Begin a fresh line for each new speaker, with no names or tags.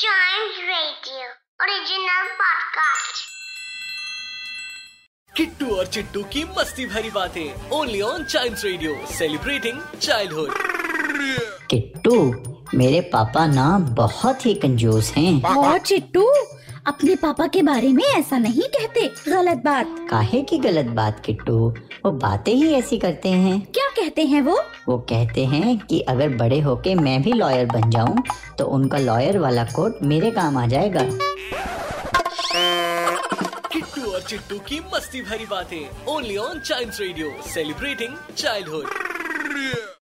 Giant Radio, original podcast.
Kittu और चिट्टू की मस्ती भरी बातें only on child radio celebrating childhood
Kittu मेरे पापा ना बहुत ही कंजूस हैं
और चिट्टू अपने पापा के बारे में ऐसा नहीं कहते गलत बात
काहे की गलत बात किट्टू वो बातें ही ऐसी करते हैं
क्या कहते हैं वो
वो कहते हैं कि अगर बड़े होके मैं भी लॉयर बन जाऊं तो उनका लॉयर वाला कोट मेरे काम आ जाएगा
किट्टू और चिट्टू की मस्ती भरी बातें only on child radio celebrating childhood